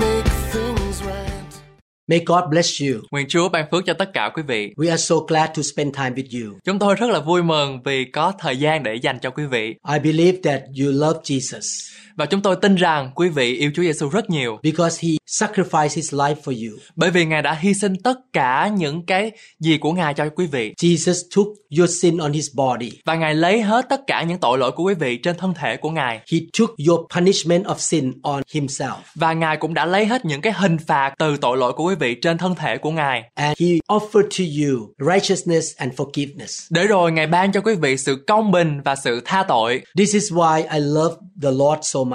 make things right. May God bless you. Nguyện Chúa ban phước cho tất cả quý vị. We are so glad to spend time with you. Chúng tôi rất là vui mừng vì có thời gian để dành cho quý vị I believe that you love Jesus và chúng tôi tin rằng quý vị yêu Chúa Giêsu rất nhiều because he sacrificed his life for you. bởi vì Ngài đã hy sinh tất cả những cái gì của Ngài cho quý vị Jesus took your sin on his body. và Ngài lấy hết tất cả những tội lỗi của quý vị trên thân thể của Ngài He took your punishment of sin on himself. và Ngài cũng đã lấy hết những cái hình phạt từ tội lỗi của quý vị trên thân thể của Ngài And he offered to you righteousness and forgiveness. để rồi Ngài ban cho quý vị sự công bình và sự tha tội This is why I love the Lord so much.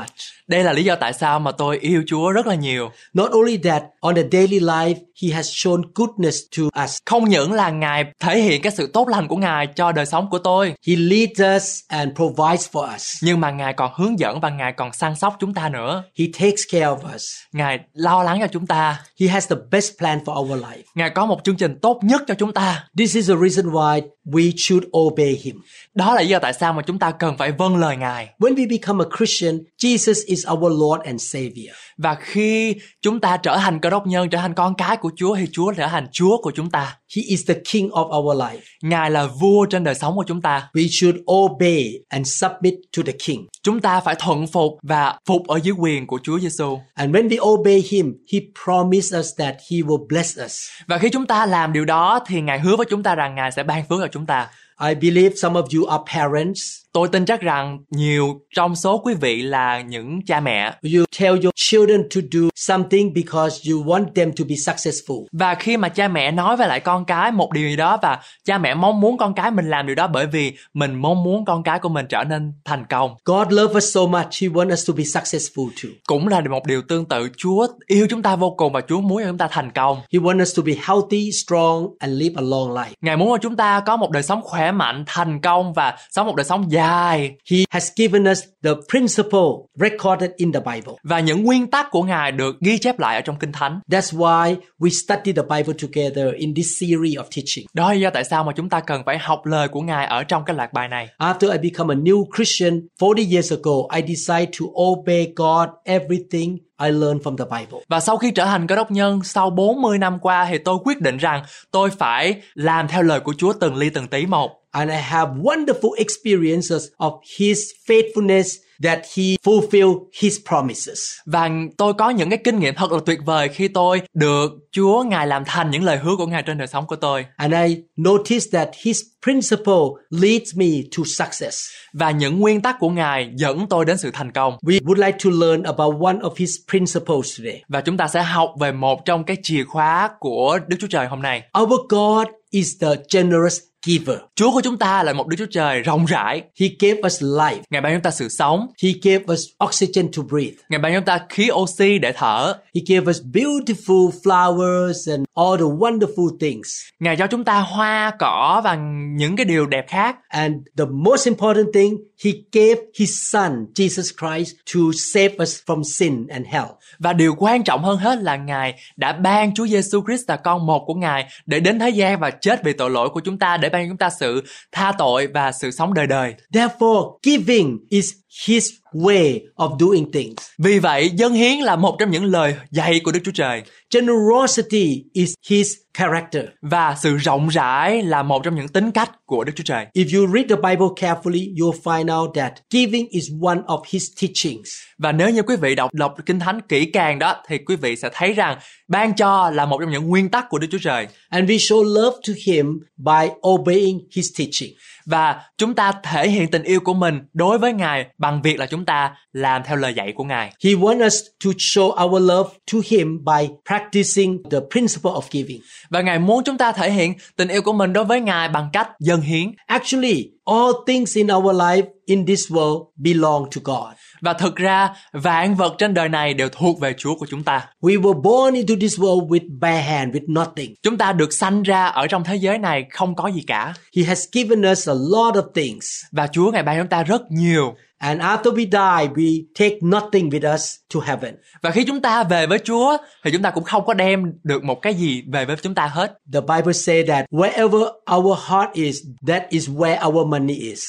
đây là lý do tại sao mà tôi yêu Chúa rất là nhiều Not only that, on a daily life, he has shown goodness to us. không những là Ngài thể hiện cái sự tốt lành của Ngài cho đời sống của tôi He leads us and provides for us. nhưng mà Ngài còn hướng dẫn và Ngài còn săn sóc chúng ta nữa He takes care of us. Ngài lo lắng cho chúng ta He has the best plan for our life. Ngài có một chương trình tốt nhất cho chúng ta. This is the reason why we should obey him. Đó là lý do tại sao mà chúng ta cần phải vâng lời Ngài. When we become a Christian, Jesus is our Lord and Savior. Và khi chúng ta trở thành cơ đốc nhân, trở thành con cái của Chúa thì Chúa trở thành Chúa của chúng ta. He is the King of our life. Ngài là vua trên đời sống của chúng ta. We should obey and submit to the King. Chúng ta phải thuận phục và phục ở dưới quyền của Chúa Giêsu. And when we obey him, he promised us that he will bless us. Và khi chúng ta làm điều đó thì Ngài hứa với chúng ta rằng Ngài sẽ ban phước cho chúng ta. I believe some of you are parents. Tôi tin chắc rằng nhiều trong số quý vị là những cha mẹ You tell your children to do something because you want them to be successful. Và khi mà cha mẹ nói với lại con cái một điều gì đó và cha mẹ mong muốn con cái mình làm điều đó bởi vì mình mong muốn con cái của mình trở nên thành công. God loves us so much, he wants us to be successful too. Cũng là một điều tương tự Chúa yêu chúng ta vô cùng và Chúa muốn cho chúng ta thành công. He wants us to be healthy, strong, and live a long life. Ngài muốn cho chúng ta có một đời sống khỏe mạnh, thành công và sống một đời sống dài. He has given us the principle recorded in the Bible. Và những nguyên tắc của Ngài được ghi chép lại ở trong Kinh Thánh. That's why we study the Bible together in this series of teaching. Đó là lý do tại sao mà chúng ta cần phải học lời của Ngài ở trong cái loạt bài này. After I become a new Christian 40 years ago, I decided to obey God everything I learned from the Bible. Và sau khi trở thành cơ đốc nhân sau 40 năm qua thì tôi quyết định rằng tôi phải làm theo lời của Chúa từng ly từng tí một. And I have wonderful experiences of His faithfulness that He fulfilled His promises. Và tôi có những cái kinh nghiệm thật là tuyệt vời khi tôi được Chúa Ngài làm thành những lời hứa của Ngài trên đời sống của tôi. And I noticed that His principle leads me to success. Và những nguyên tắc của Ngài dẫn tôi đến sự thành công. We would like to learn about one of His principles today. Và chúng ta sẽ học về một trong cái chìa khóa của Đức Chúa Trời hôm nay. Our God is the generous giver. Chúa của chúng ta là một Đức Chúa Trời rộng rãi. He gave us life. Ngài ban chúng ta sự sống. He gave us oxygen to breathe. Ngài ban chúng ta khí oxy để thở. He gave us beautiful flowers and all the wonderful things. Ngài cho chúng ta hoa, cỏ và những cái điều đẹp khác. And the most important thing, He gave His Son, Jesus Christ, to save us from sin and hell. Và điều quan trọng hơn hết là Ngài đã ban Chúa Giêsu Christ là con một của Ngài để đến thế gian và chết vì tội lỗi của chúng ta để ban chúng ta sự tha tội và sự sống đời đời. Therefore, giving is His way of doing things. Vì vậy, dân hiến là một trong những lời dạy của Đức Chúa Trời Generosity is His character. và sự rộng rãi là một trong những tính cách của Đức Chúa Trời. If you read the Bible carefully, you'll find out that giving is one of His teachings. Và nếu như quý vị đọc đọc Kinh Thánh kỹ càng đó thì quý vị sẽ thấy rằng ban cho là một trong những nguyên tắc của Đức Chúa Trời And we show love to Him by obeying His teaching. và chúng ta thể hiện tình yêu của mình đối với Ngài bằng việc là chúng ta làm theo lời dạy của Ngài. He wants us to show our love to Him by practicing the principle of giving. Và Ngài muốn chúng ta thể hiện tình yêu của mình đối với Ngài bằng cách dâng hiến. Actually, all things in our life in this world belong to God. Và thực ra, vạn vật trên đời này đều thuộc về Chúa của chúng ta. We were born into this world with bare hand, with nothing. Chúng ta được sanh ra ở trong thế giới này không có gì cả. He has given us a lot of things. Và Chúa Ngài ban chúng ta rất nhiều. And after we die, we take nothing with us to heaven. Và khi chúng ta về với Chúa thì chúng ta cũng không có đem được một cái gì về với chúng ta hết. The Bible says that wherever our heart is, that is where our money is.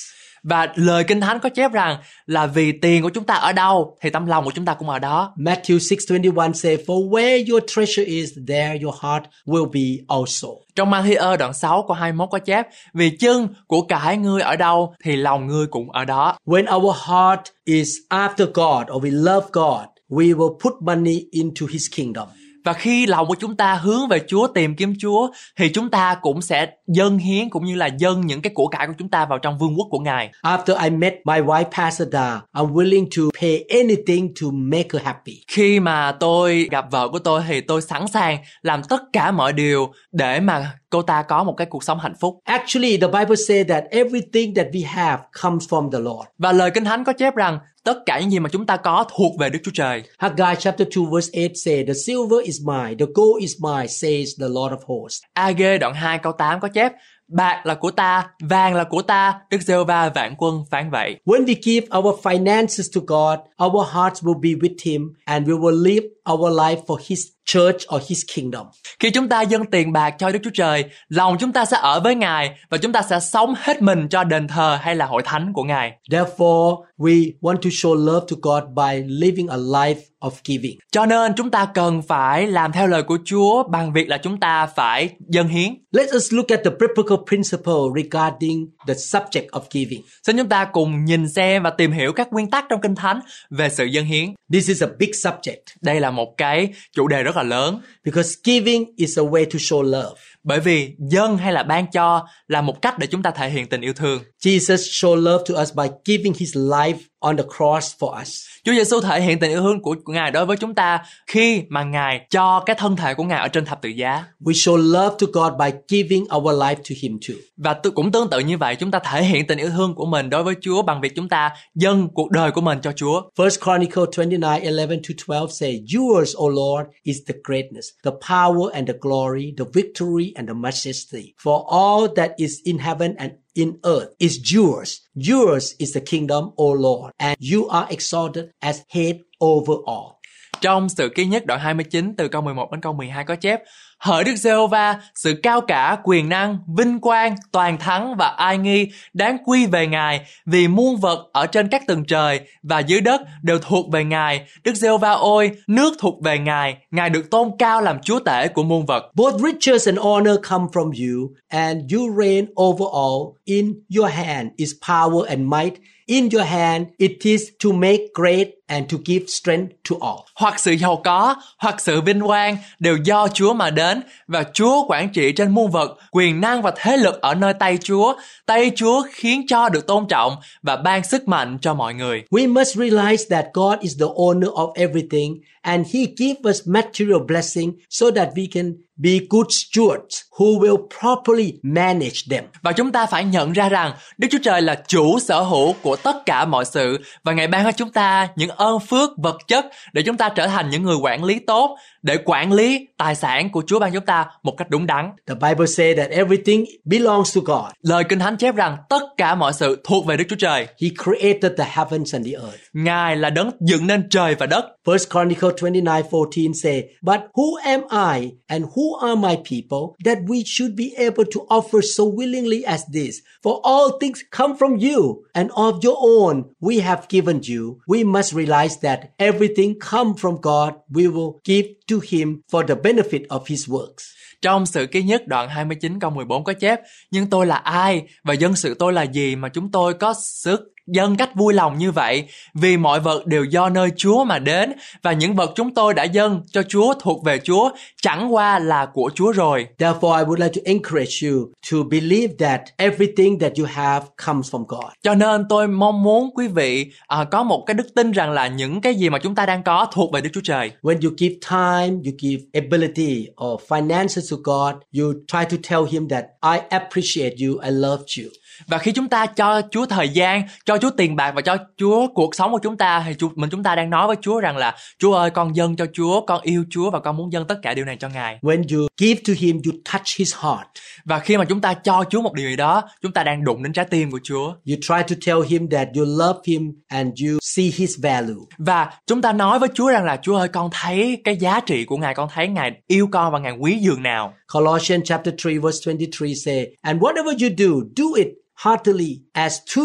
Và lời Kinh Thánh có chép rằng là vì tiền của chúng ta ở đâu thì tâm lòng của chúng ta cũng ở đó. Matthew 6:21 says, "For where your treasure is, there your heart will be also." Trong Matthew đoạn 6 câu 21 có chép Vì chân của cải ngươi ở đâu thì lòng ngươi cũng ở đó. When our heart is after God or we love God, we will put money into his kingdom. Và khi lòng của chúng ta hướng về Chúa tìm kiếm Chúa thì chúng ta cũng sẽ dâng hiến cũng như là dâng những cái của cải của chúng ta vào trong vương quốc của Ngài. After I met my wife Pasada, I'm willing to pay anything to make her happy. Khi mà tôi gặp vợ của tôi thì tôi sẵn sàng làm tất cả mọi điều để mà cô ta có một cái cuộc sống hạnh phúc. Actually, the Bible says that everything that we have comes from the Lord. Và lời Kinh Thánh có chép rằng tất cả những gì mà chúng ta có thuộc về Đức Chúa Trời. Haggai chapter 2 verse 8 says, "The silver is mine, the gold is mine," says the Lord of hosts. AG đoạn 2 câu 8 có chép Bạc là của ta, vàng là của ta, Đức giê va vạn quân phán vậy. When we give our finances to God, our hearts will be with him and we will live our life for his church or his kingdom. Khi chúng ta dâng tiền bạc cho Đức Chúa Trời, lòng chúng ta sẽ ở với Ngài và chúng ta sẽ sống hết mình cho đền thờ hay là hội thánh của Ngài. Therefore, we want to show love to God by living a life of giving. Cho nên chúng ta cần phải làm theo lời của Chúa bằng việc là chúng ta phải dâng hiến. Let us look at the biblical principle regarding the subject of giving. Xin chúng ta cùng nhìn xem và tìm hiểu các nguyên tắc trong Kinh Thánh về sự dâng hiến. This is a big subject Đây là một cái chủ đề rất là lớn because giving is a way to show love. bởi vì dân hay là ban cho là một cách để chúng ta thể hiện tình yêu thương. Jesus showed love to us by giving his life on the cross for us. Chúa Giêsu thể hiện tình yêu thương của Ngài đối với chúng ta khi mà Ngài cho cái thân thể của Ngài ở trên thập tự giá. We show love to God by giving our life to him too. Và tu- cũng tương tự như vậy, chúng ta thể hiện tình yêu thương của mình đối với Chúa bằng việc chúng ta dâng cuộc đời của mình cho Chúa. First Chronicle 29, 11 to 12 say, Yours, O Lord, is the greatness, the power and the glory, the victory and the majesty. For all that is in heaven and in earth is yours. Yours is the kingdom, O Lord, and you are exalted as head over all. Trong sự ký nhất đoạn 29 từ câu 11 đến câu 12 có chép Hỡi Đức Giê-hô-va, sự cao cả, quyền năng, vinh quang, toàn thắng và ai nghi đáng quy về Ngài vì muôn vật ở trên các tầng trời và dưới đất đều thuộc về Ngài. Đức Giê-hô-va ôi, nước thuộc về Ngài, Ngài được tôn cao làm chúa tể của muôn vật. Both riches and honor come from you, and you reign over all. In your hand is power and might. In your hand it is to make great and to give strength to all. Hoặc sự giàu có, hoặc sự vinh quang đều do Chúa mà đến và Chúa quản trị trên muôn vật, quyền năng và thế lực ở nơi tay Chúa. Tay Chúa khiến cho được tôn trọng và ban sức mạnh cho mọi người. We must realize that God is the owner of everything and He gives us material blessing so that we can be good stewards who will properly manage them. Và chúng ta phải nhận ra rằng Đức Chúa Trời là chủ sở hữu của tất cả mọi sự và Ngài ban cho chúng ta những ơn phước vật chất để chúng ta trở thành những người quản lý tốt để quản lý tài sản của Chúa ban chúng ta một cách đúng đắn. The Bible says that everything belongs to God. Lời Kinh Thánh chép rằng tất cả mọi sự thuộc về Đức Chúa Trời. He created the heavens and the earth. Ngài là đấng dựng nên trời và đất. First Chronicle 29:14 say, "But who am I and who are my people that we should be able to offer so willingly as this? For all things come from you, and of your own we have given you. We must realize that everything come from God. We will give to him for the benefit of his works." Trong sự ký nhất đoạn 29 câu 14 có chép Nhưng tôi là ai và dân sự tôi là gì mà chúng tôi có sức dân cách vui lòng như vậy vì mọi vật đều do nơi Chúa mà đến và những vật chúng tôi đã dâng cho Chúa thuộc về Chúa chẳng qua là của Chúa rồi. Therefore, I would like to encourage you to believe that everything that you have comes from God. Cho nên tôi mong muốn quý vị à, có một cái đức tin rằng là những cái gì mà chúng ta đang có thuộc về Đức Chúa Trời. When you give time, you give ability or finances to to God, you try to tell Him that I appreciate you, I loved you. Và khi chúng ta cho Chúa thời gian, cho Chúa tiền bạc và cho Chúa cuộc sống của chúng ta thì chú, mình chúng ta đang nói với Chúa rằng là Chúa ơi con dâng cho Chúa, con yêu Chúa và con muốn dâng tất cả điều này cho Ngài. When you give to Him, you touch His heart. Và khi mà chúng ta cho Chúa một điều gì đó, chúng ta đang đụng đến trái tim của Chúa. You try to tell Him that you love Him and you see His value. Và chúng ta nói với Chúa rằng là Chúa ơi con thấy cái giá trị của Ngài, con thấy Ngài yêu con và Ngài quý dường nào. Colossians chapter 3 verse 23 say, And whatever you do, do it heartily as to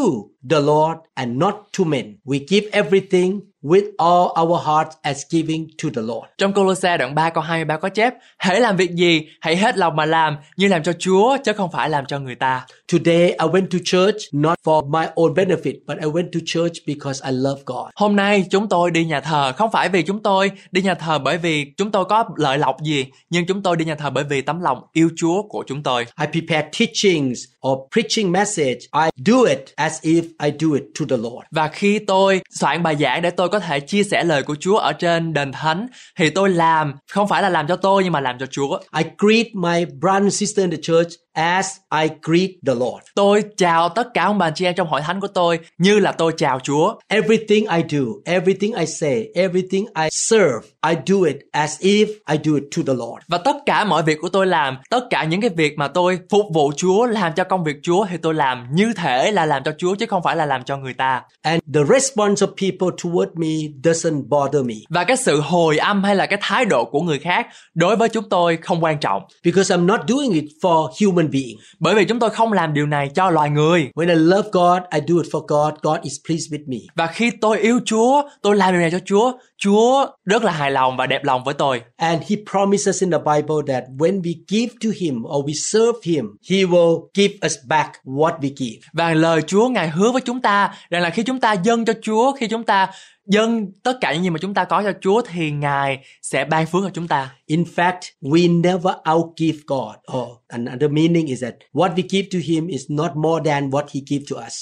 the Lord and not to men. We give everything with all our heart as giving to the Lord. Trong Colosse đoạn 3 câu 23 có chép Hãy làm việc gì, hãy hết lòng mà làm như làm cho Chúa chứ không phải làm cho người ta. Today I went to church not for my own benefit, but I went to church because I love God. Hôm nay chúng tôi đi nhà thờ không phải vì chúng tôi đi nhà thờ bởi vì chúng tôi có lợi lộc gì, nhưng chúng tôi đi nhà thờ bởi vì tấm lòng yêu Chúa của chúng tôi. I prepare teachings or preaching message. I do it as if I do it to the Lord. Và khi tôi soạn bài giảng để tôi có thể chia sẻ lời của Chúa ở trên đền thánh thì tôi làm không phải là làm cho tôi nhưng mà làm cho Chúa. I greet my brother and sister in the church as I greet the Lord. Tôi chào tất cả ông bà chị em trong hội thánh của tôi như là tôi chào Chúa. Everything I do, everything I say, everything I serve, I do it as if I do it to the Lord. Và tất cả mọi việc của tôi làm, tất cả những cái việc mà tôi phục vụ Chúa, làm cho công việc Chúa thì tôi làm như thể là làm cho Chúa chứ không phải là làm cho người ta. And the response of people toward me doesn't bother me Và cái sự hồi âm hay là cái thái độ của người khác đối với chúng tôi không quan trọng, because I'm not doing it for human being. bởi vì chúng tôi không làm điều này cho loài người. When I love God, I do it for God. God is pleased with me. Và khi tôi yêu Chúa, tôi làm điều này cho Chúa, Chúa rất là hài lòng và đẹp lòng với tôi. And he promises in the Bible that when we give to him or we serve him, he will give us back what we give. Và lời Chúa Ngài hứa với chúng ta rằng là khi chúng ta dâng cho Chúa, khi chúng ta dâng tất cả những gì mà chúng ta có cho Chúa thì Ngài sẽ ban phước cho chúng ta. In fact, we never outgive God. Or another meaning is that what we give to him is not more than what he gives to us.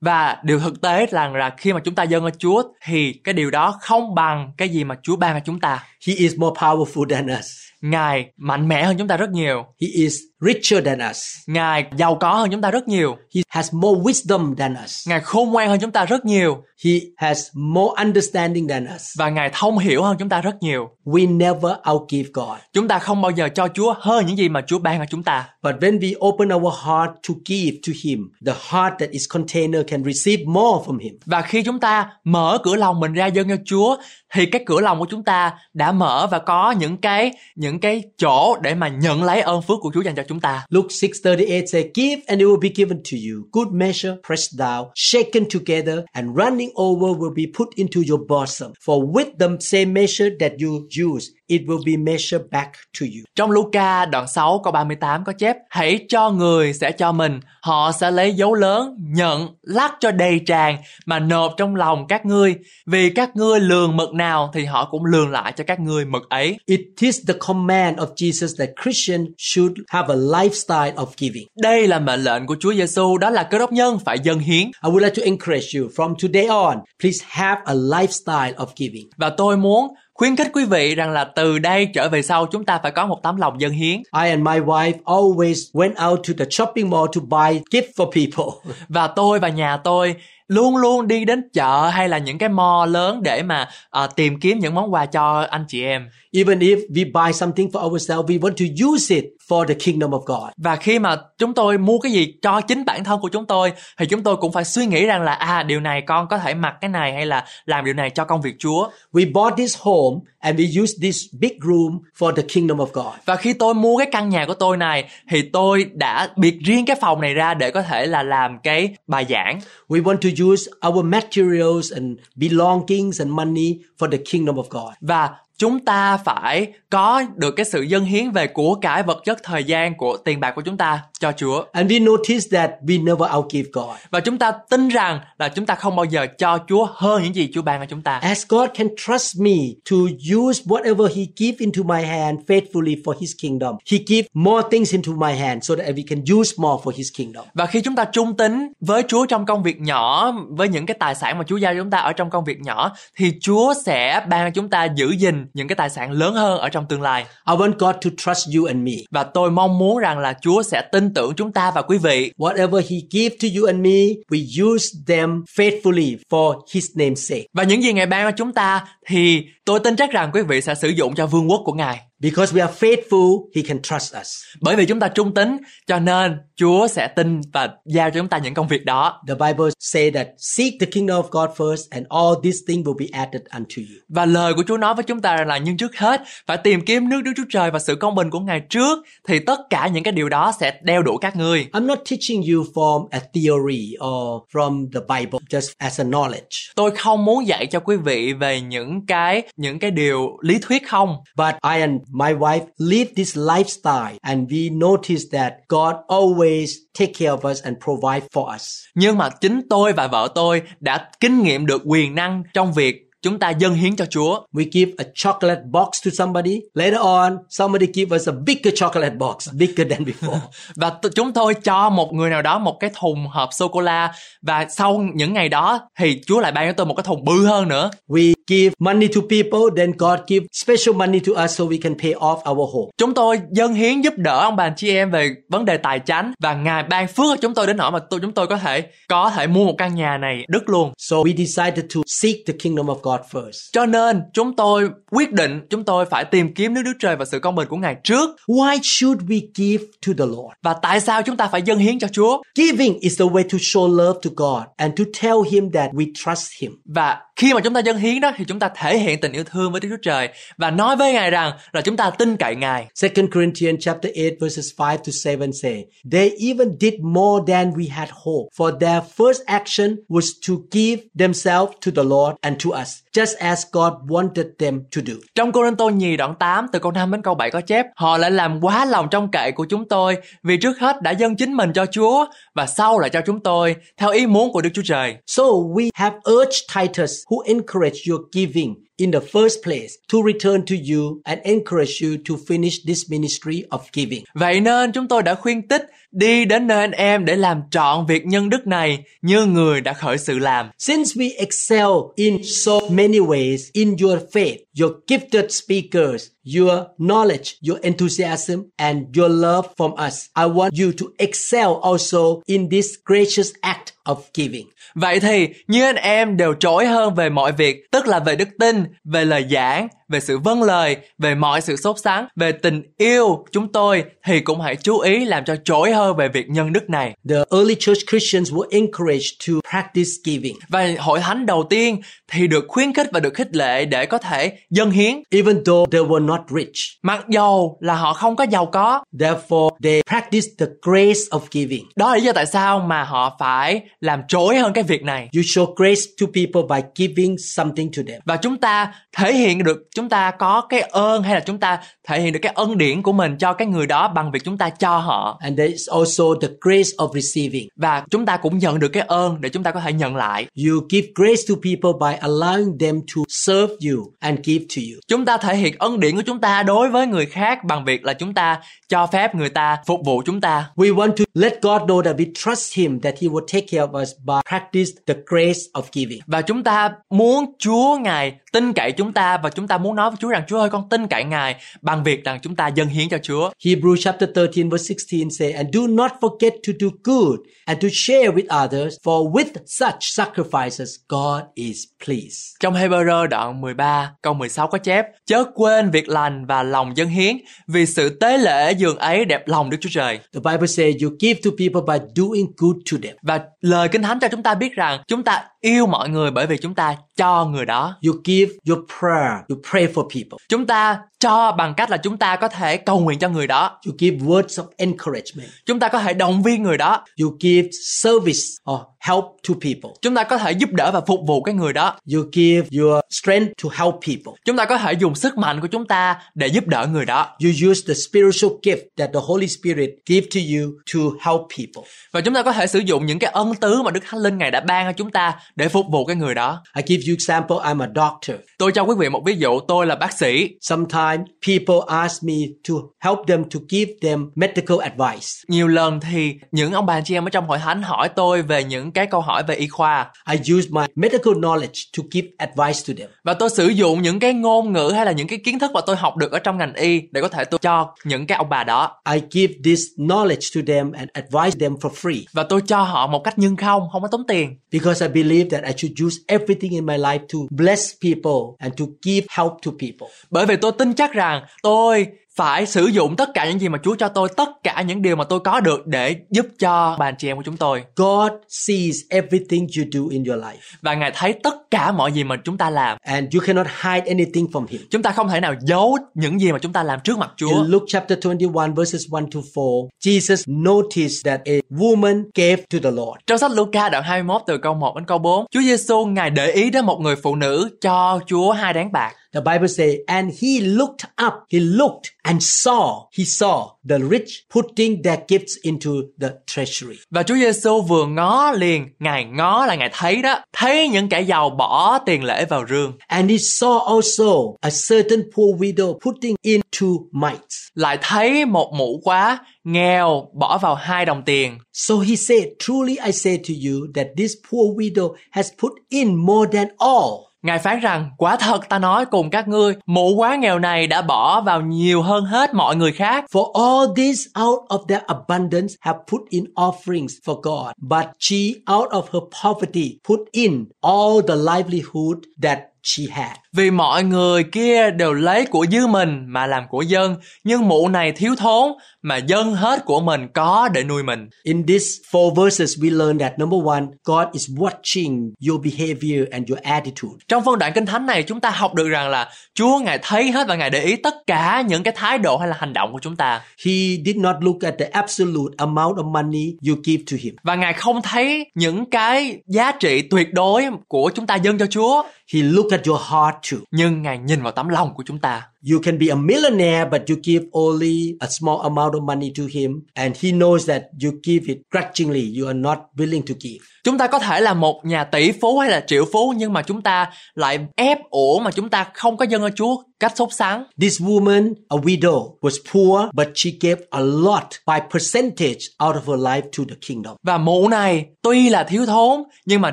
Và điều thực tế rằng là khi mà chúng ta dâng cho Chúa thì cái điều đó không bằng cái gì mà Chúa ban cho chúng ta. He is more powerful than us. Ngài mạnh mẽ hơn chúng ta rất nhiều. He is richer than us. Ngài giàu có hơn chúng ta rất nhiều. He has more wisdom than us. Ngài khôn ngoan hơn chúng ta rất nhiều He has more understanding than us. và Ngài thông hiểu hơn chúng ta rất nhiều. We never outgive God. Chúng ta không bao giờ cho Chúa hơn những gì mà Chúa ban cho chúng ta. But when we open our heart to give to Him, the heart that is container can receive more from Him. Và khi chúng ta mở cửa lòng mình ra dâng cho Chúa thì cái cửa lòng của chúng ta đã mở và có những cái những cái chỗ để mà nhận lấy ơn phước của Chúa dành cho chúng ta. Luke 6:38 says, "Give and it will be given to you. Good measure, pressed down, shaken together, and running over will be put into your bosom. For with the same measure that you use, it will be measured back to you." Trong Luca đoạn 6 câu 38 có chép Hãy cho người sẽ cho mình, họ sẽ lấy dấu lớn, nhận, lắc cho đầy tràn mà nộp trong lòng các ngươi. Vì các ngươi lường mực nào thì họ cũng lường lại cho các ngươi mực ấy. It is the command of Jesus that Christians should have a lifestyle of giving. Đây là mệnh lệnh của Chúa Giêsu, đó là cơ đốc nhân phải dâng hiến. I would like to encourage you from today on, please have a lifestyle of giving. Và tôi muốn khuyến khích quý vị rằng là từ đây trở về sau chúng ta phải có một tấm lòng dâng hiến. I and my wife always went out to the shopping mall to buy gift for people. Và tôi và nhà tôi luôn luôn đi đến chợ hay là những cái mall lớn để mà ờ, tìm kiếm những món quà cho anh chị em. Even if we buy something for ourselves, we want to use it for the kingdom of God. và khi mà chúng tôi mua cái gì cho chính bản thân của chúng tôi thì chúng tôi cũng phải suy nghĩ rằng là à điều này con có thể mặc cái này hay là làm điều này cho công việc Chúa. We bought this home and we used this big room for the kingdom of God. Và khi tôi mua cái căn nhà của tôi này thì tôi đã biệt riêng cái phòng này ra để có thể là làm cái bài giảng We want to use our materials and belongings and money for the kingdom of God. và chúng ta phải có được cái sự dâng hiến về của cải vật chất thời gian của tiền bạc của chúng ta cho Chúa. And we notice that we never outgive God. Và chúng ta tin rằng là chúng ta không bao giờ cho Chúa hơn những gì Chúa ban cho chúng ta. As God can trust me to use whatever He give into my hand faithfully for His kingdom, He give more things into my hand so that we can use more for His kingdom. Và khi chúng ta trung tín với Chúa trong công việc nhỏ, với những cái tài sản mà Chúa giao cho chúng ta ở trong công việc nhỏ, thì Chúa sẽ ban cho chúng ta giữ gìn những cái tài sản lớn hơn ở trong tương lai. I want God to trust you and me. Và tôi mong muốn rằng là Chúa sẽ tin tưởng chúng ta và quý vị Whatever He give to you and me, we use them faithfully for His name's sake. Và những gì Ngài ban cho chúng ta thì tôi tin chắc rằng quý vị sẽ sử dụng cho vương quốc của Ngài. Because we are faithful, He can trust us. Bởi vì chúng ta trung tín cho nên Chúa sẽ tin và giao cho chúng ta những công việc đó. The Bible say that seek the kingdom of God first, and all these things will be added unto you. Và lời của Chúa nói với chúng ta rằng là nhưng trước hết phải tìm kiếm nước Đức Chúa Trời và sự công bình của Ngài trước thì tất cả những cái điều đó sẽ đeo đủ các ngươi. I'm not teaching you from a theory or from the Bible, just as a knowledge. Tôi không muốn dạy cho quý vị về những cái những cái điều lý thuyết không, But I and my wife live this lifestyle, and we notice that God always take care of us and provide for us. nhưng mà chính tôi và vợ tôi đã kinh nghiệm được quyền năng trong việc chúng ta dâng hiến cho Chúa. We give a chocolate box to somebody. Later on, somebody give us a bigger chocolate box, bigger than before. Và t- chúng tôi cho một người nào đó một cái thùng hộp sô cô la và sau những ngày đó thì Chúa lại ban cho tôi một cái thùng bự hơn nữa. we give money to people, then God give special money to us so we can pay off our home. Chúng tôi dâng hiến giúp đỡ ông bà anh chị em về vấn đề tài chánh và Ngài ban phước cho chúng tôi đến nỗi mà tôi chúng tôi có thể có thể mua một căn nhà này đứt luôn. So we decided to seek the kingdom of God first. Cho nên chúng tôi quyết định chúng tôi phải tìm kiếm nước Đức Trời và sự công bình của Ngài trước Why should we give to the Lord? và tại sao chúng ta phải dâng hiến cho Chúa. Giving is the way to show love to God and to tell Him that we trust Him. Và khi mà chúng ta dâng hiến đó thì chúng ta thể hiện tình yêu thương với Đức Chúa Trời và nói với Ngài rằng là chúng ta tin cậy Ngài. 2 Corinthians chapter 8 verses 5 to 7 say, They even did more than we had hoped, for their first action was to give themselves to the Lord and to us, just as God wanted them to do. Trong Cô Rinh Tô nhì đoạn 8 từ câu 5 đến câu 7 có chép Họ lại làm quá lòng trong cậy của chúng tôi vì trước hết đã dâng chính mình cho Chúa và sau lại cho chúng tôi theo ý muốn của Đức Chúa Trời. So we have urged Titus, who encouraged your giving in the first place, to return to you and encourage you to finish this ministry of giving. Vậy nên chúng tôi đã khuyên tích đi đến nơi anh em để làm trọn việc nhân đức này như người đã khởi sự làm. Since we excel in so many ways in your faith, your gifted speakers, your knowledge, your enthusiasm, and your love from us, I want you to excel also in this gracious act of giving. Vậy thì như anh em đều trỗi hơn về mọi việc, tức là về đức tin, về lời giảng, về sự vâng lời, về mọi sự sốt sắng, về tình yêu chúng tôi thì cũng hãy chú ý làm cho trỗi hơn về việc nhân đức này. The early church Christians were encouraged to practice giving. Và hội thánh đầu tiên thì được khuyến khích và được khích lệ để có thể dâng hiến. Even though they were not rich, Mặc dầu là họ không có giàu có, Therefore, they practice the grace of giving. đó là lý do tại sao mà họ phải làm trối hơn cái việc này. You show grace to people by giving something to them. Và chúng ta thể hiện được chúng ta có cái ơn hay là chúng ta thể hiện được cái ân điển của mình cho cái người đó bằng việc chúng ta cho họ. And there is also the grace of receiving. Và chúng ta cũng nhận được cái ơn để chúng ta có thể nhận lại. You give grace to people by allowing them to serve you and give to you. Chúng ta thể hiện ân điển của chúng ta đối với người khác bằng việc là chúng ta cho phép người ta phục vụ chúng ta. We want to let God know that we trust Him, that He will take care of us by practice the grace of giving. và chúng ta muốn Chúa ngài tin cậy chúng ta và chúng ta muốn nói với Chúa rằng Chúa ơi con tin cậy ngài bằng việc rằng chúng ta dâng hiến cho Chúa. Hebrews chapter 13 verse 16 say, And do not forget to do good and to share with others, for with such sacrifices God is pleased. Trong Hebrew đoạn 13 câu 16 có chép Chớ quên việc lành và lòng dân hiến vì sự tế lễ dường ấy đẹp lòng Đức Chúa Trời. The Bible says you give to people by doing good to them. Và lời Kinh Thánh cho chúng ta biết rằng chúng ta yêu mọi người bởi vì chúng ta cho người đó. You give your prayer. You pray for people. Chúng ta cho bằng cách là chúng ta có thể cầu nguyện cho người đó. You give words of encouragement. Chúng ta có thể động viên người đó. You give service or help to people. Chúng ta có thể giúp đỡ và phục vụ cái người đó. You give your strength to help people. chúng ta có thể dùng sức mạnh của chúng ta để giúp đỡ người đó You use the spiritual gift that the Holy Spirit give to you to help people. và chúng ta có thể sử dụng những cái ân tứ mà đức thánh linh ngài đã ban cho chúng ta để phục vụ cái người đó I give you example. I'm a doctor. tôi cho quý vị một ví dụ tôi là bác sĩ Sometimes people ask me to help them to give them medical advice. nhiều lần thì những ông bà anh chị em ở trong hội thánh hỏi tôi về những cái câu hỏi về y khoa I use my medical knowledge to give advice to them. và tôi sử dụng những cái ngôn ngữ hay là những cái kiến thức mà tôi học được ở trong ngành y để có thể tôi cho những cái ông bà đó I give this knowledge to them and advise them for free và tôi cho họ một cách nhưng không không có tốn tiền because I believe that I should use everything in my life to bless people and to give help to people. bởi vì tôi tin chắc rằng tôi phải sử dụng tất cả những gì mà Chúa cho tôi, tất cả những điều mà tôi có được để giúp cho bà chị em của chúng tôi. God sees everything you do in your life Và Ngài thấy tất cả mọi gì mà chúng ta làm. and you cannot hide anything from him. Chúng ta không thể nào giấu những gì mà chúng ta làm trước mặt Chúa. In Luke chapter 21 verses 1 to 4, Jesus noticed that a woman gave to the Lord. Trong sách Luca đoạn 21 từ câu 1 đến câu 4, Chúa Giêsu ngài để ý đến một người phụ nữ cho Chúa hai đáng bạc. The Bible says, and he looked up, he looked and saw, he saw the rich putting their gifts into the treasury. Và Chúa Giêsu vừa ngó liền, ngài ngó là ngài thấy đó, thấy những kẻ giàu bỏ tiền lễ vào rương, And he saw also a certain poor widow putting in two mites. lại thấy một mũ quá nghèo bỏ vào hai đồng tiền. So he said, Truly I say to you that this poor widow has put in more than all. Ngài phán rằng, quả thật ta nói cùng các ngươi, mụ quá nghèo này đã bỏ vào nhiều hơn hết mọi người khác. For all these out of their abundance have put in offerings for God, but she out of her poverty put in all the livelihood that she had. Vì mọi người kia đều lấy của dư mình mà làm của dân, nhưng mụ này thiếu thốn mà dân hết của mình có để nuôi mình. In these four verses, we learn that number one, God is watching your behavior and your attitude. Trong phân đoạn kinh thánh này chúng ta học được rằng là Chúa Ngài thấy hết và Ngài để ý tất cả những cái thái độ hay là hành động của chúng ta. He did not look at the absolute amount of money you give to him. Và Ngài không thấy những cái giá trị tuyệt đối của chúng ta dâng cho Chúa, He looked at your heart too. nhưng Ngài nhìn vào tấm lòng của chúng ta. You can be a millionaire, but you give only a small amount of money to him, and he knows that you give it grudgingly. You are not willing to give. Chúng ta có thể là một nhà tỷ phú hay là triệu phú nhưng mà chúng ta lại ép ủa mà chúng ta không có dâng cho Chúa cách sốt sắng. This woman, a widow, was poor, but she gave a lot by percentage out of her life to the kingdom. Và mụ này tuy là thiếu thốn nhưng mà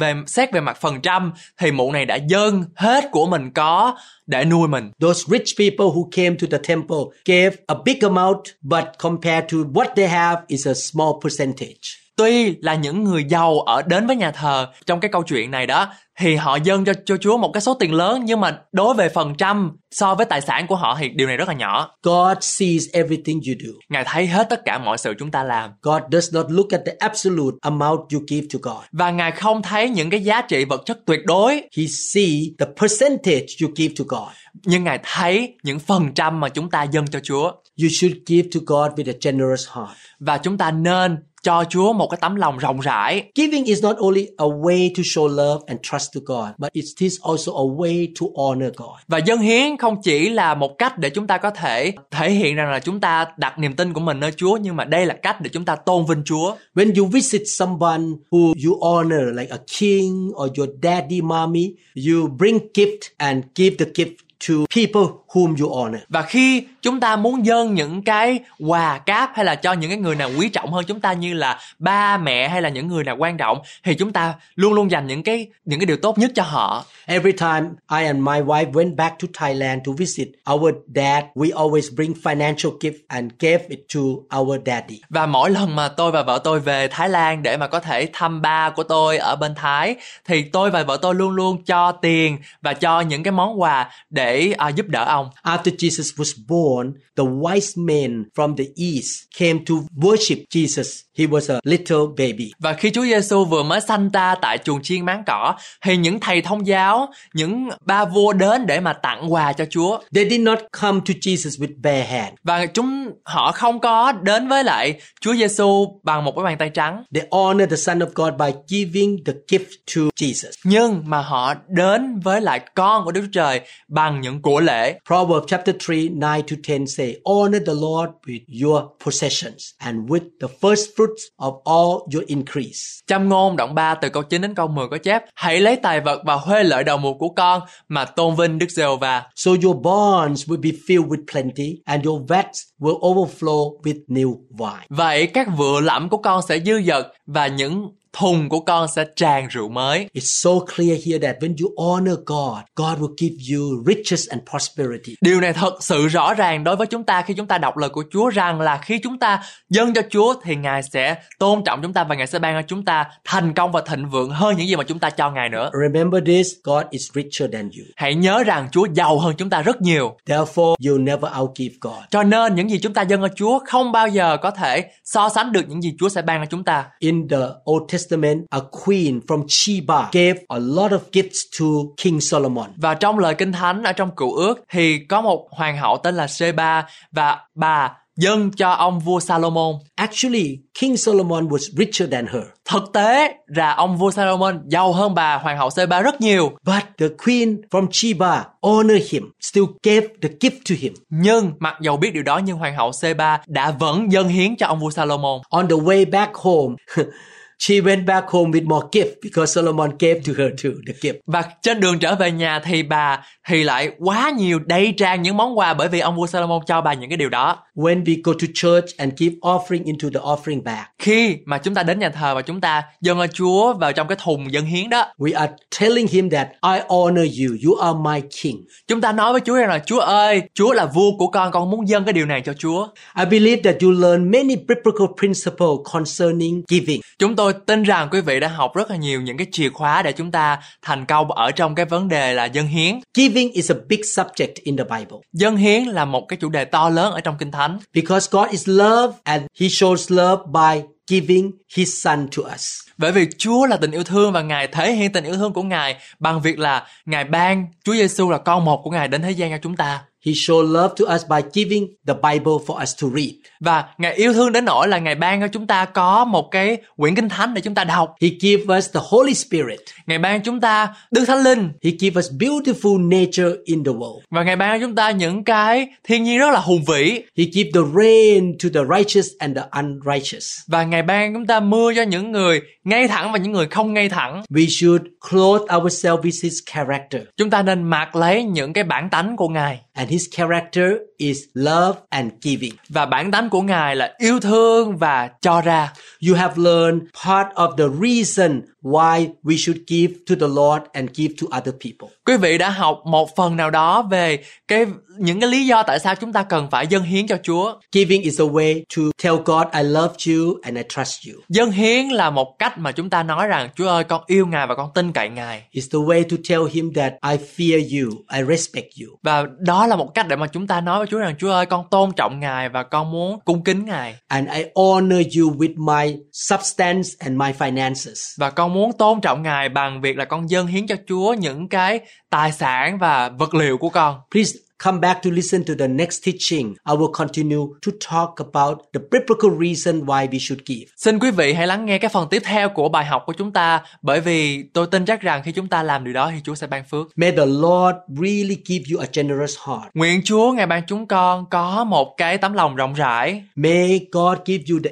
về xét về mặt phần trăm thì mụ này đã dâng hết của mình có để nuôi mình. Those rich people who came to the temple gave a big amount, but compared to what they have is a small percentage. Tuy là những người giàu ở đến với nhà thờ trong cái câu chuyện này đó thì họ dâng cho, cho Chúa một cái số tiền lớn nhưng mà đối về phần trăm so với tài sản của họ thì điều này rất là nhỏ. God sees everything you do. Ngài thấy hết tất cả mọi sự chúng ta làm God does not look at the absolute amount you give to God. và Ngài không thấy những cái giá trị vật chất tuyệt đối He see the percentage you give to God. nhưng Ngài thấy những phần trăm mà chúng ta dâng cho Chúa You should give to God with a generous heart. và chúng ta nên cho Chúa một cái tấm lòng rộng rãi. Giving is not only a way to show love and trust to God, but it is also a way to honor God. Và dân hiến không chỉ là một cách để chúng ta có thể thể hiện rằng là chúng ta đặt niềm tin của mình nơi Chúa nhưng mà đây là cách để chúng ta tôn vinh Chúa. When you visit someone who you honor, like a king or your daddy, mommy, you bring gift and give the gift to people whom you honor. Và khi chúng ta muốn dâng những cái quà cáp hay là cho những cái người nào quý trọng hơn chúng ta như là ba mẹ hay là những người nào quan trọng thì chúng ta luôn luôn dành những cái những cái điều tốt nhất cho họ. Every time I and my wife went back to Thailand to visit our dad, we always bring financial gift and gave it to our daddy. Và mỗi lần mà tôi và vợ tôi về Thái Lan để mà có thể thăm ba của tôi ở bên Thái thì tôi và vợ tôi luôn luôn cho tiền và cho những cái món quà để à, giúp đỡ ông. After Jesus was born, the wise men from the east came to worship Jesus. He was a little baby. Và khi Chúa Giêsu vừa mới sanh ra tại chuồng chiên máng cỏ thì những thầy thông giáo, những ba vua đến để mà tặng quà cho Chúa. They did not come to Jesus with bare hand. Và chúng họ không có đến với lại Chúa Giêsu bằng một cái bàn tay trắng, They honored the Son of God by giving the gift to Jesus. nhưng mà họ đến với lại con của Đức Chúa Trời bằng những của lễ. Proverbs chapter 3, 9 to 10 say, Honor the Lord with your possessions and with the first fruits of all your increase. Châm ngôn đoạn 3 từ câu 9 đến câu 10 có chép Hãy lấy tài vật và huê lợi đầu mùa của con mà tôn vinh Đức giê va So your barns will be filled with plenty, and your vats will overflow with new wine. Vậy các vựa lẫm của con sẽ dư dật và những thùng của con sẽ tràn rượu mới. It's so clear here that when you honor God, God will give you riches and prosperity. Điều này thật sự rõ ràng đối với chúng ta khi chúng ta đọc lời của Chúa rằng là khi chúng ta dâng cho Chúa thì Ngài sẽ tôn trọng chúng ta và Ngài sẽ ban cho chúng ta thành công và thịnh vượng hơn những gì mà chúng ta cho Ngài nữa. Remember this God is richer than you. Hãy nhớ rằng Chúa giàu hơn chúng ta rất nhiều. Therefore, you'll never outgive God. Cho nên những gì chúng ta dâng cho Chúa không bao giờ có thể so sánh được những gì Chúa sẽ ban cho chúng ta. In the Old Testament, a queen from Sheba gave a lot of gifts to King Solomon. Và trong lời Kinh Thánh ở trong Cựu Ước thì có một hoàng hậu tên là Sheba và bà dâng cho ông vua Salomon. Actually, King Solomon was richer than her. Thực tế là ông vua Salomon giàu hơn bà hoàng hậu Sheba rất nhiều, But the queen from Sheba honored him, still gave the gift to him. nhưng mặc dầu biết điều đó nhưng hoàng hậu Sheba đã vẫn dâng hiến cho ông vua Salomon. On the way back home, she went back home with more gift because Solomon gave to her too the gift. Và trên đường trở về nhà thì bà thì lại quá nhiều đầy tràn những món quà bởi vì ông vua Salomon cho bà những cái điều đó. When we go to church and give offering into the offering bag, Khi mà chúng ta đến nhà thờ và chúng ta dâng cho Chúa vào trong cái thùng dâng hiến đó, we are telling him that I honor you, you are my king. chúng ta nói với Chúa rằng là Chúa ơi, Chúa là vua của con, con muốn dâng cái điều này cho Chúa. I believe that you learn many biblical principles concerning giving. Chúng tôi tin rằng quý vị đã học rất là nhiều những cái chìa khóa để chúng ta thành công ở trong cái vấn đề là dân hiến. Giving is a big subject in the Bible Dân hiến là một cái chủ đề to lớn ở trong Kinh Thánh because God is love and he shows love by giving his son to us. bởi vì Chúa là tình yêu thương và Ngài thể hiện tình yêu thương của Ngài bằng việc là Ngài ban Chúa Giêsu là con một của Ngài đến thế gian cho chúng ta. He showed love to us by giving the Bible for us to read. Và Ngài yêu thương đến nỗi là Ngài ban cho chúng ta có một cái quyển Kinh Thánh để chúng ta đọc. He gave us the Holy Spirit. Ngài ban chúng ta Đức Thánh Linh He gave us beautiful nature in the world. và Ngài ban cho chúng ta những cái thiên nhiên rất là hùng vĩ He gave the rain to the righteous and the unrighteous. và Ngài ban chúng ta mưa cho những người ngay thẳng và những người không ngay thẳng. We should clothe ourselves with his character. Chúng ta nên mặc lấy những cái bản tánh của Ngài And his character is love and giving. và bản tánh của Ngài là yêu thương và cho ra. You have learned part of the reason why we should give to the Lord and give to other people. Quý vị đã học một phần nào đó về cái những cái lý do tại sao chúng ta cần phải dâng hiến cho Chúa. Giving is a way to tell God, I love you and I trust you. Dâng hiến là một cách mà chúng ta nói rằng Chúa ơi con yêu Ngài và con tin cậy Ngài. It's the way to tell him that I fear you, I respect you. Và đó là một cách để mà chúng ta nói với Chúa rằng Chúa ơi con tôn trọng Ngài và con muốn cung kính Ngài and I honor you with my substance and my finances. và con muốn tôn trọng Ngài bằng việc là con dâng hiến cho Chúa những cái tài sản và vật liệu của con. Please come back to listen to the next teaching. I will continue to talk about the biblical reason why we should give. Xin quý vị hãy lắng nghe cái phần tiếp theo của bài học của chúng ta bởi vì tôi tin chắc rằng khi chúng ta làm điều đó thì Chúa sẽ ban phước. May the Lord really give you a generous heart. Nguyện Chúa Ngài ban chúng con có một cái tấm lòng rộng rãi. May God give you the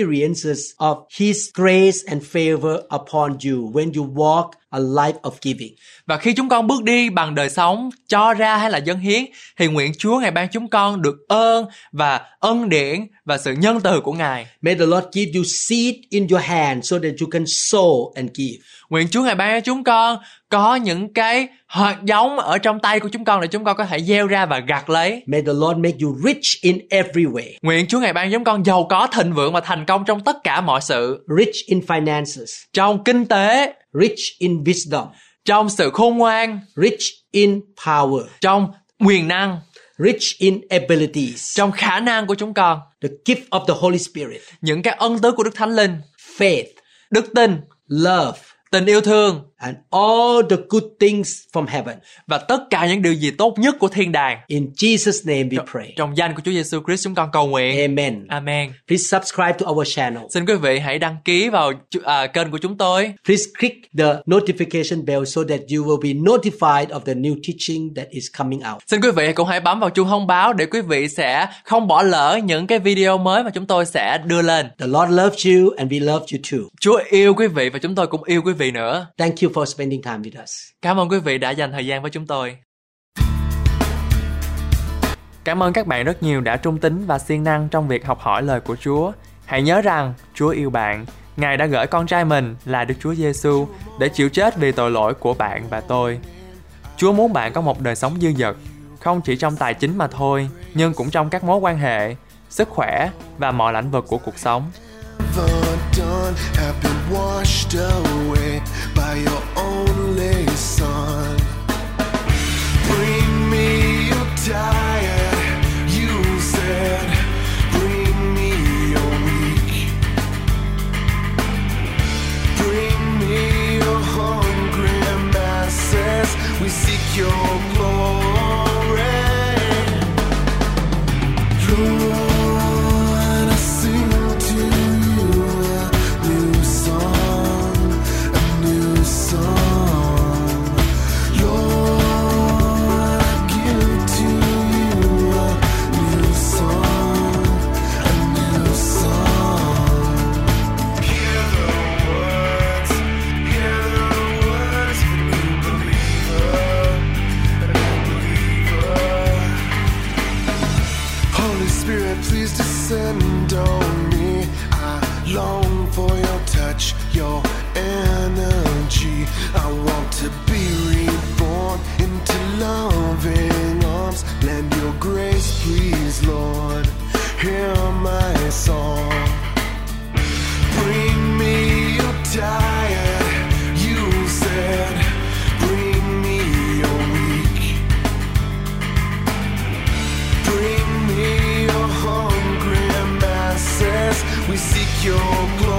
experiences of His grace and favor upon you when you walk a life of giving. Và khi chúng con bước đi bằng đời sống, cho ra hay là dân hiến, thì nguyện Chúa Ngài ban chúng con được ơn và ân điển và sự nhân từ của Ngài. May the Lord give you seed in your hand so that you can sow and give. Nguyện Chúa Ngài ban cho chúng con có những cái hạt giống ở trong tay của chúng con để chúng con có thể gieo ra và gặt lấy. May the Lord make you rich in every way. Nguyện Chúa Ngài ban cho chúng con giàu có thịnh vượng và thành công trong tất cả mọi sự, rich in finances, trong kinh tế, rich in wisdom, trong sự khôn ngoan, rich in power, trong quyền năng, rich in abilities, trong khả năng của chúng con, the gift of the Holy Spirit, những cái ân tứ của Đức Thánh Linh, faith, đức tin, love, tình yêu thương and all the good things from heaven. và tất cả những điều gì tốt nhất của thiên đàng. In Jesus' name we pray. Trong danh của Chúa Giêsu Christ chúng con cầu nguyện. Amen. Amen. Please subscribe to our channel. Xin quý vị hãy đăng ký vào chu- à, kênh của chúng tôi Please click the notification bell so that you will be notified of the new teaching that is coming out. Xin quý vị cũng hãy bấm vào chuông thông báo để quý vị sẽ không bỏ lỡ những cái video mới mà chúng tôi sẽ đưa lên. The Lord loves you and we love you too. Chúa yêu quý vị và chúng tôi cũng yêu quý vị nữa. Thank you for spending time with us. Cảm ơn quý vị đã dành thời gian với chúng tôi. Cảm ơn các bạn rất nhiều đã trung tín và siêng năng trong việc học hỏi lời của Chúa. Hãy nhớ rằng Chúa yêu bạn Ngài đã gửi con trai mình là Đức Chúa Giêsu để chịu chết vì tội lỗi của bạn và tôi. Chúa muốn bạn có một đời sống dư dật, không chỉ trong tài chính mà thôi, nhưng cũng trong các mối quan hệ, sức khỏe và mọi lĩnh vực của cuộc sống. The dawn have been washed away by your only son. Bring me your diet, you said. Bring me your weak. Bring me your hungry masses. We seek your glory. Lord, I sing to you a new song, a new song. Lord, I give to you a new song, a new song. Hear the words, hear the words of a new believer, a new believer. Holy Spirit, please descend on me. I long for your touch, your energy. I want to be reborn into loving arms. Lend your grace, please, Lord. Hear my song. Bring me your diet, you said. Bring me your weak. Bring me your hungry masses. We seek your glory.